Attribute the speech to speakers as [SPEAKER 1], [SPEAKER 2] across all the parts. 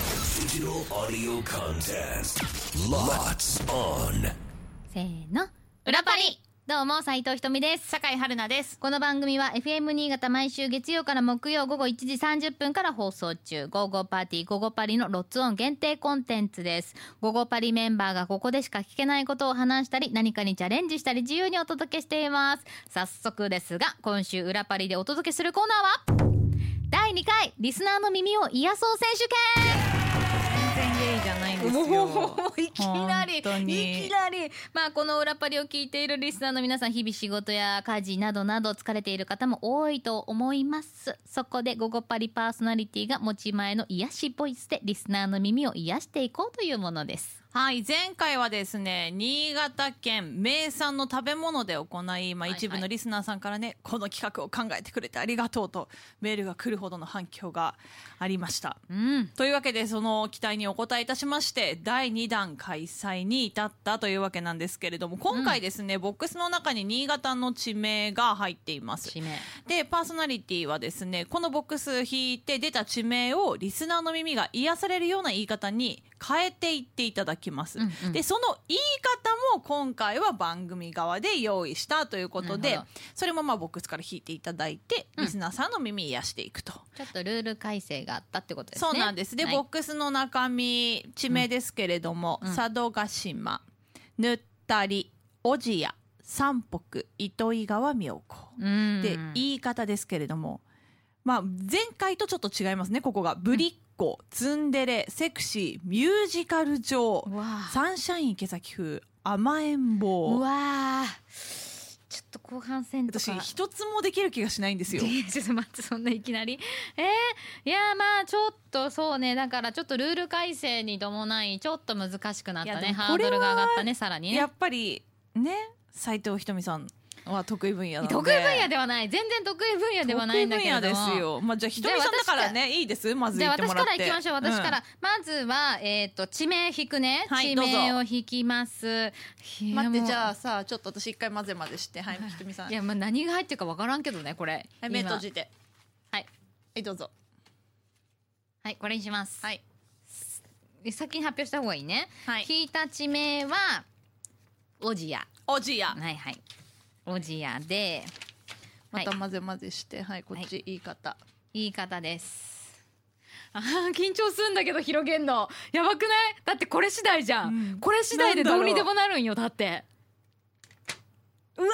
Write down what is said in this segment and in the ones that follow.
[SPEAKER 1] Digital audio contest. Lots on.
[SPEAKER 2] せーの裏パリどうも斉藤ひとみです
[SPEAKER 3] 酒井春菜です。
[SPEAKER 2] この番組は FM 新潟毎週月曜から木曜午後1時30分から放送中「午後パーティー午後パリ」のロッツオン限定コンテンツです午後パリメンバーがここでしか聞けないことを話したり何かにチャレンジしたり自由にお届けしています早速ですが今週裏パリでお届けするコーナーは第2回リスナーの耳を癒そう選手権
[SPEAKER 3] 全然ゲイじゃないんですよ。
[SPEAKER 2] おーいきなりい
[SPEAKER 3] 本当に
[SPEAKER 2] きなりまあこの裏パリを聞いているリスナーの皆さん日々仕事や家事などなど疲れている方も多いと思いますそこで「午後パリ」パーソナリティが持ち前の癒しボイスでリスナーの耳を癒していこうというものです
[SPEAKER 3] はい、前回はですね、新潟県名産の食べ物で行い、まあ
[SPEAKER 2] はい
[SPEAKER 3] 一部のリスナーさんからね、この企画を考えてくれてありがとうとメールが来るほどの反響がありました。
[SPEAKER 2] うん
[SPEAKER 3] というわけで、その期待にお応えいたしまして、第2弾開催に至ったというわけなんですけれども、今回ですね、ボックスの中に新潟の地名が入っています。
[SPEAKER 2] 指名
[SPEAKER 3] でパーソナリティはですねこのボックス引いて出た地名をリスナーの耳が癒されるような言い方に変えていっていただきます、
[SPEAKER 2] うんうん
[SPEAKER 3] でその言い方も今回は番組側で用意したということ
[SPEAKER 2] な
[SPEAKER 3] で
[SPEAKER 2] るほ
[SPEAKER 3] それもまあボックスから引いていただいて、
[SPEAKER 2] うん
[SPEAKER 3] リスナーさんの耳癒していくと。
[SPEAKER 2] ちょっとルール改正があったってことですね
[SPEAKER 3] そうなんです。で、
[SPEAKER 2] はい
[SPEAKER 3] ボックスの中身、地名ですけれども、
[SPEAKER 2] うんうん
[SPEAKER 3] 佐渡島、ぬったり、小千谷、三北、糸魚川妙高。
[SPEAKER 2] うん
[SPEAKER 3] で、言い方ですけれども、まあ、前回とちょっと違いますね、ここが。ぶりっ子、ツンデレ、セクシー、ミュージカル上、
[SPEAKER 2] うわー
[SPEAKER 3] サンシャイン池崎風、甘えん
[SPEAKER 2] う
[SPEAKER 3] 坊。
[SPEAKER 2] わーちょっと後半戦とか
[SPEAKER 3] 私、一つもできる気がしないんですよ。
[SPEAKER 2] いやちょっと待ってそんないきなりえー、いやまあちょっとそうねだからちょっとルール改正に伴いちょっと難しくなった
[SPEAKER 3] いやで
[SPEAKER 2] ね
[SPEAKER 3] も
[SPEAKER 2] ハードルが上がったねさらに
[SPEAKER 3] や
[SPEAKER 2] ね
[SPEAKER 3] っぱり、ね、斎藤ひとみさんは得意分野なので。
[SPEAKER 2] 得意分野ではない全然得意分野ではないんだけれども
[SPEAKER 3] 得意分野ですよ。まあ、じゃあ、ひとみさんだからね、いいです。まず
[SPEAKER 2] じ
[SPEAKER 3] 言
[SPEAKER 2] ゃあ
[SPEAKER 3] って
[SPEAKER 2] 私
[SPEAKER 3] もら
[SPEAKER 2] か
[SPEAKER 3] って。
[SPEAKER 2] ら行きましょう私から、
[SPEAKER 3] うん
[SPEAKER 2] まずはえっ、と地名引くね、
[SPEAKER 3] はい
[SPEAKER 2] 地
[SPEAKER 3] どうぞ
[SPEAKER 2] 名を引きますいや
[SPEAKER 3] 待っ
[SPEAKER 2] も
[SPEAKER 3] て、
[SPEAKER 2] う
[SPEAKER 3] じゃあさ、ちょっと私一回混ぜ混ぜして、はい、ひとみさん。
[SPEAKER 2] いやまあ何が入ってるかわからんけどねこれ
[SPEAKER 3] はい、目
[SPEAKER 2] 今
[SPEAKER 3] 閉じて。
[SPEAKER 2] はい
[SPEAKER 3] はい、どうぞ。
[SPEAKER 2] はいこれにします、
[SPEAKER 3] はい。
[SPEAKER 2] で先に発表した方がいいね、
[SPEAKER 3] はい
[SPEAKER 2] 引いた地名はオジア
[SPEAKER 3] おじや。
[SPEAKER 2] はいはい。おじやで、
[SPEAKER 3] また
[SPEAKER 2] はい
[SPEAKER 3] 混ぜ混ぜして、はい、こっち言い方。
[SPEAKER 2] 言い方です。あー緊張すんだけど広げんのやばくないだってこれ次第じゃん、
[SPEAKER 3] うん
[SPEAKER 2] これ次第で
[SPEAKER 3] なんだ
[SPEAKER 2] ど
[SPEAKER 3] ろう
[SPEAKER 2] うにでもなるんよだってうわ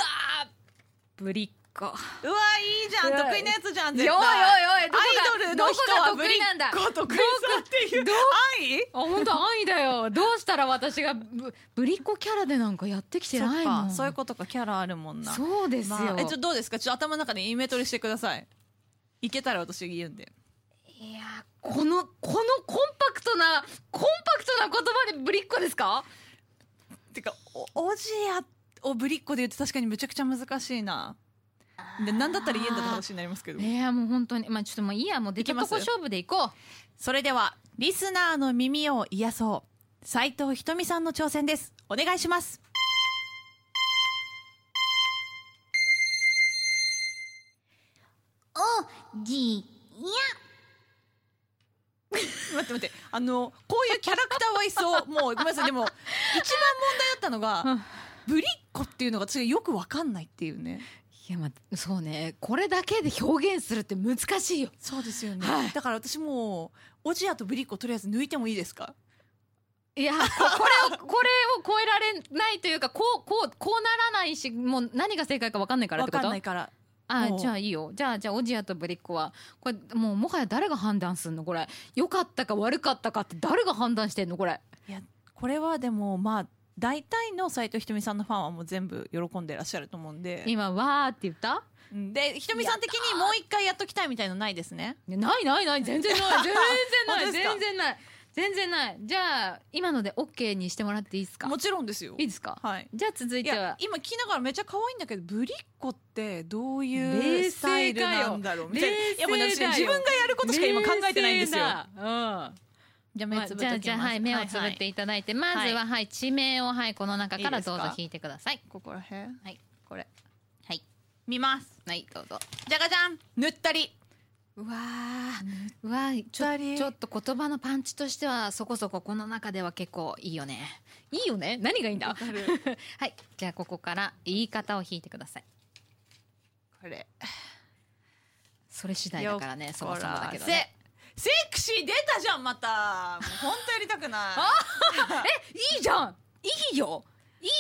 [SPEAKER 2] ーぶりっ子
[SPEAKER 3] うわ、いいじゃん、
[SPEAKER 2] うわ
[SPEAKER 3] 得意なやつじゃん、
[SPEAKER 2] おいお
[SPEAKER 3] 絶
[SPEAKER 2] いおい
[SPEAKER 3] 対。
[SPEAKER 2] どこ
[SPEAKER 3] アイド
[SPEAKER 2] が
[SPEAKER 3] ルの人は
[SPEAKER 2] どこが
[SPEAKER 3] ぶ
[SPEAKER 2] 得
[SPEAKER 3] り
[SPEAKER 2] 意なんだ
[SPEAKER 3] っ子得意さんっていう。愛
[SPEAKER 2] あ本当安易だよどうしたら私がぶぶりっ子キャラでなんかやってきてないもん
[SPEAKER 3] そういうことか、キャラあるもんな。
[SPEAKER 2] そうですよ、
[SPEAKER 3] まあえ、ちょ、どうですかちょっと頭の中でイメトレしてください。いけたら私言うんで。
[SPEAKER 2] いやーこのこのコンパクトなコンパクトな言葉でぶりっ子ですか
[SPEAKER 3] てか、お、おじやをぶりっ子で言って確かにめちゃくちゃ難しいな。で、なんだったら言えんだって話になりますけど。
[SPEAKER 2] いやもう本当にまあちょっともういいやもう出
[SPEAKER 3] いき
[SPEAKER 2] た
[SPEAKER 3] ま
[SPEAKER 2] と
[SPEAKER 3] す
[SPEAKER 2] こ勝負でいこ
[SPEAKER 3] それでは、リスナーの耳を癒そう。斉藤ひとみさんの挑戦です。お願いします。
[SPEAKER 2] うじ
[SPEAKER 3] 待って待ってあのこういうキャラクターは いそうもうごめんなさいでも一番問題だったのが、
[SPEAKER 2] うん
[SPEAKER 3] ぶりっ子っていうのが私がよくわかんないっていうね
[SPEAKER 2] いやまあそうねこれだけで表現するって難しいよ
[SPEAKER 3] そうですよね、
[SPEAKER 2] はい
[SPEAKER 3] だから私もうおじやとぶりっ子とりあえず抜いてもいいですか
[SPEAKER 2] いやここれをこれを超えられないというかこうこうこうならないしもう何が正解か分かんないからって
[SPEAKER 3] わ
[SPEAKER 2] こ
[SPEAKER 3] かん
[SPEAKER 2] と
[SPEAKER 3] ないから
[SPEAKER 2] あ
[SPEAKER 3] もう
[SPEAKER 2] じゃあいいよじゃあじゃあおじやとぶりっ子はこれもうもはや誰が判断すんのこれ良かったか悪かったかって誰が判断してんのこれ
[SPEAKER 3] いやこれはでもまあ大体の斎藤ひとみさんのファンはもう全部喜んでらっしゃると思うんで
[SPEAKER 2] 今わーって言った
[SPEAKER 3] うんでひとみさん的にもう一回やっときたいみたいのないですね
[SPEAKER 2] いやないないない全然 ない全然ない
[SPEAKER 3] 本当ですか
[SPEAKER 2] 全然ない全然ないじゃあ今ので OK にしてもらっていいですか
[SPEAKER 3] もちろんですよ
[SPEAKER 2] いいですか
[SPEAKER 3] はい
[SPEAKER 2] じゃあ続い
[SPEAKER 3] い
[SPEAKER 2] ては
[SPEAKER 3] や今聞きながらめっちゃ可愛いんだけどぶりっ子ってどうい
[SPEAKER 2] 冷
[SPEAKER 3] うスタイ
[SPEAKER 2] 静
[SPEAKER 3] ル
[SPEAKER 2] かよ
[SPEAKER 3] なんだろうみたいな
[SPEAKER 2] 冷
[SPEAKER 3] いやもう
[SPEAKER 2] 静
[SPEAKER 3] 私
[SPEAKER 2] だよ
[SPEAKER 3] 自分がやることしか今考えてないんですよ
[SPEAKER 2] 冷静だうん
[SPEAKER 3] じゃあ
[SPEAKER 2] まあ、じゃあじゃあはい目をつぶっていただいて、まずははい地名をはいこの中からどうぞ
[SPEAKER 3] いいですか
[SPEAKER 2] 引いてください
[SPEAKER 3] ここら辺
[SPEAKER 2] はい
[SPEAKER 3] これ
[SPEAKER 2] はい
[SPEAKER 3] 見ます
[SPEAKER 2] はいどうぞ
[SPEAKER 3] じゃがじゃんぬったり
[SPEAKER 2] うわーうわーち
[SPEAKER 3] ったり
[SPEAKER 2] ょちょっと言葉のパンチとしてはそこそここの中では結構いいよねいいよね何がいいんだ はいじゃあここから言い方を引いてください
[SPEAKER 3] これ
[SPEAKER 2] それ次第だからねそもそもだけど
[SPEAKER 3] よっこ
[SPEAKER 2] ね
[SPEAKER 3] らせセクシー出たじゃんまたもう本当やりた くない
[SPEAKER 2] いいじゃんいいよ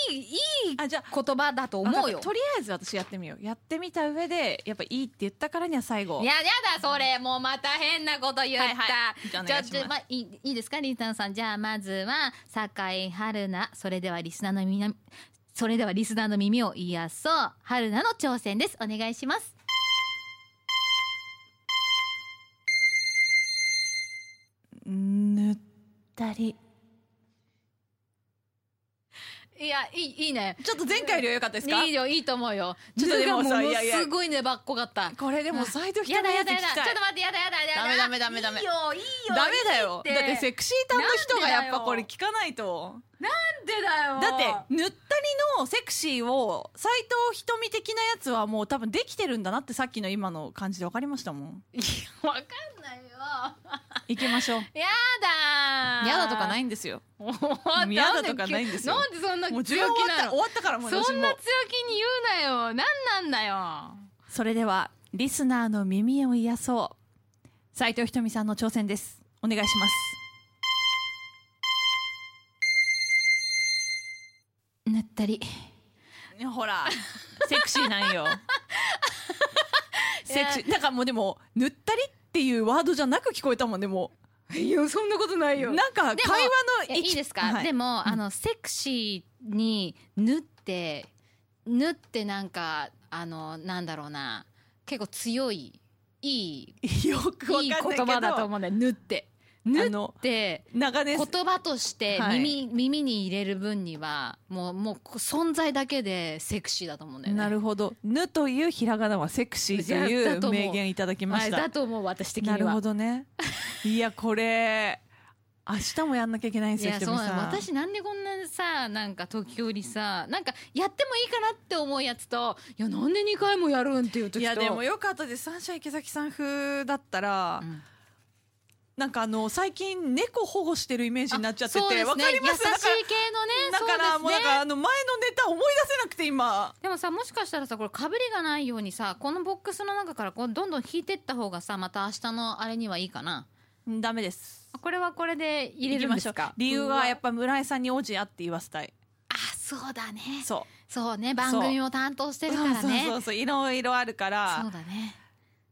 [SPEAKER 2] いいいい
[SPEAKER 3] あじゃあ
[SPEAKER 2] 言葉だと思う
[SPEAKER 3] わかっ
[SPEAKER 2] よ
[SPEAKER 3] たとりあえず私やってみようやってみた上でやっぱいいって言ったからには最後
[SPEAKER 2] いややだそれもうまた変なこと言った、
[SPEAKER 3] はいはいじゃあお願いし
[SPEAKER 2] ちょ
[SPEAKER 3] ます
[SPEAKER 2] ちょまあ、いいいいですかリータンさんじゃあまずは酒井春菜それではリスナーのみなそれではリスナーの耳を癒そう春菜の挑戦ですお願いします
[SPEAKER 3] 塗ったり
[SPEAKER 2] いやいいいいね
[SPEAKER 3] ちょっと前回よりは良かったですか
[SPEAKER 2] いいよいいと思うよ
[SPEAKER 3] ちょっとでもさ
[SPEAKER 2] ルーがも
[SPEAKER 3] いやいや
[SPEAKER 2] のすごい粘っこかった
[SPEAKER 3] これでもサイド人
[SPEAKER 2] や
[SPEAKER 3] の
[SPEAKER 2] だや
[SPEAKER 3] やつ
[SPEAKER 2] だ
[SPEAKER 3] 聞
[SPEAKER 2] や
[SPEAKER 3] き
[SPEAKER 2] だちょ
[SPEAKER 3] た
[SPEAKER 2] っ
[SPEAKER 3] い
[SPEAKER 2] と待ってやだやだやだやだ
[SPEAKER 3] ダメダメダメ
[SPEAKER 2] いいよいいよ
[SPEAKER 3] ダメだよ
[SPEAKER 2] いい
[SPEAKER 3] だってセクシー担の人がやっぱこれ
[SPEAKER 2] なんで
[SPEAKER 3] 聞かないと
[SPEAKER 2] なんで
[SPEAKER 3] だっ
[SPEAKER 2] だよ
[SPEAKER 3] て塗ったりのセクシーを斎藤瞳的なやつはもう多分できてるんだなってさっきの今の感じで分かりましたもん
[SPEAKER 2] わかんないよ
[SPEAKER 3] 行きましょう
[SPEAKER 2] やだ
[SPEAKER 3] 嫌だとかないいんですよ
[SPEAKER 2] も
[SPEAKER 3] もう嫌だとかないんですよ
[SPEAKER 2] なんでそんな
[SPEAKER 3] も
[SPEAKER 2] 強
[SPEAKER 3] う
[SPEAKER 2] 気
[SPEAKER 3] 終わ
[SPEAKER 2] な
[SPEAKER 3] った終
[SPEAKER 2] の
[SPEAKER 3] わったからもう
[SPEAKER 2] そんな強気
[SPEAKER 3] 私
[SPEAKER 2] に
[SPEAKER 3] もう
[SPEAKER 2] 言うなよなんなんだよ
[SPEAKER 3] それではリスナーの耳を癒そう斉藤ひとみさんの挑戦ですお願いします
[SPEAKER 2] 塗ったり
[SPEAKER 3] ほら セクシーな んよセクシーなんかもうでも塗ったりっていうワードじゃなく聞こえたもんでも
[SPEAKER 2] いやそんなことない
[SPEAKER 3] なんか会
[SPEAKER 2] でも
[SPEAKER 3] 話の
[SPEAKER 2] いいですか、
[SPEAKER 3] はい
[SPEAKER 2] でもあのセクシーに縫って縫ってなんかあのなんだろうな結構強いいい
[SPEAKER 3] よくわかんない
[SPEAKER 2] いい
[SPEAKER 3] けど
[SPEAKER 2] 言葉だと思うんだよ縫って縫
[SPEAKER 3] あの
[SPEAKER 2] って
[SPEAKER 3] 長年
[SPEAKER 2] 言葉として
[SPEAKER 3] はい
[SPEAKER 2] 耳,、耳に入れる分にはもうもう存在だけでセクシーだと思うんだよね。
[SPEAKER 3] なるほど「ぬ」というひらがなはセクシーと
[SPEAKER 2] いや
[SPEAKER 3] い
[SPEAKER 2] だ
[SPEAKER 3] う
[SPEAKER 2] と思う
[SPEAKER 3] 名言いただきま
[SPEAKER 2] は
[SPEAKER 3] し
[SPEAKER 2] い、
[SPEAKER 3] た
[SPEAKER 2] だと思う私的に
[SPEAKER 3] な
[SPEAKER 2] は
[SPEAKER 3] るほ どねいやこれ明日もやんなきゃいけないん
[SPEAKER 2] い
[SPEAKER 3] ですよ
[SPEAKER 2] や
[SPEAKER 3] ひと
[SPEAKER 2] そう
[SPEAKER 3] み
[SPEAKER 2] なの
[SPEAKER 3] さん
[SPEAKER 2] 私なんでこんなさなんか時折さなんかやってもいいかなって思うやつといやなんで2回もやるんっていう時と
[SPEAKER 3] いやでもよかったですサンシャイン池崎さん風だったら、
[SPEAKER 2] うん
[SPEAKER 3] なんかあの最近猫保護してるイメージになっちゃって
[SPEAKER 2] そうで
[SPEAKER 3] て
[SPEAKER 2] す
[SPEAKER 3] わ、
[SPEAKER 2] ね
[SPEAKER 3] かります
[SPEAKER 2] 優
[SPEAKER 3] だ
[SPEAKER 2] しい
[SPEAKER 3] から
[SPEAKER 2] 系のね
[SPEAKER 3] だから
[SPEAKER 2] そ
[SPEAKER 3] も
[SPEAKER 2] う
[SPEAKER 3] う
[SPEAKER 2] で
[SPEAKER 3] なん
[SPEAKER 2] すね
[SPEAKER 3] かあの前のネタ思い出せなくて今
[SPEAKER 2] でもさもしかしたらさこれかぶりがないようにさこのボックスの中からこうどんどん引いてった方がさまた明日のあれにはいいかな
[SPEAKER 3] ダメです
[SPEAKER 2] あこれはこれで入れ
[SPEAKER 3] 行き
[SPEAKER 2] るん
[SPEAKER 3] ま
[SPEAKER 2] で
[SPEAKER 3] し
[SPEAKER 2] す
[SPEAKER 3] ょう
[SPEAKER 2] か
[SPEAKER 3] 理由はやっ
[SPEAKER 2] ぱ
[SPEAKER 3] ぱ村井さんに王子やって言わせたい
[SPEAKER 2] あそうだね
[SPEAKER 3] そ
[SPEAKER 2] そうね番組も担当し
[SPEAKER 3] う
[SPEAKER 2] てるからね
[SPEAKER 3] そうそうそういろいろあるから
[SPEAKER 2] そうだね。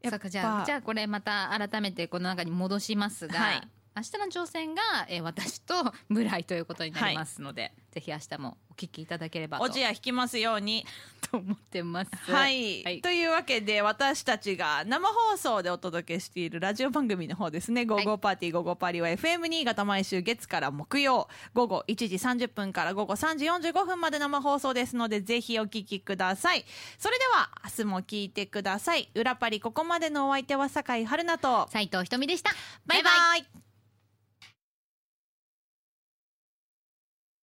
[SPEAKER 3] やっ
[SPEAKER 2] そ
[SPEAKER 3] ぱ
[SPEAKER 2] うかじゃあじゃあこれまた改めてこの中に戻しますが、
[SPEAKER 3] はい
[SPEAKER 2] 明日の挑戦が、えー私と村井ということになりますので、ぜひ明日もお聞きいただければ
[SPEAKER 3] お
[SPEAKER 2] と
[SPEAKER 3] じや引きますように。
[SPEAKER 2] と 思ってます。
[SPEAKER 3] はい、
[SPEAKER 2] はい
[SPEAKER 3] というわけで、私たちが生放送でお届けしているラジオ番組の方ですね。午後パーティー、午後パリは FM 新潟毎週月から木曜、午後1時30分から午後3時45分まで生放送ですので、ぜひお聞きください。それでは、明日も聞いてください。裏パリ、ここまでのお相手は酒井春菜と、
[SPEAKER 2] 斉藤ひとみでした。
[SPEAKER 3] バイバイ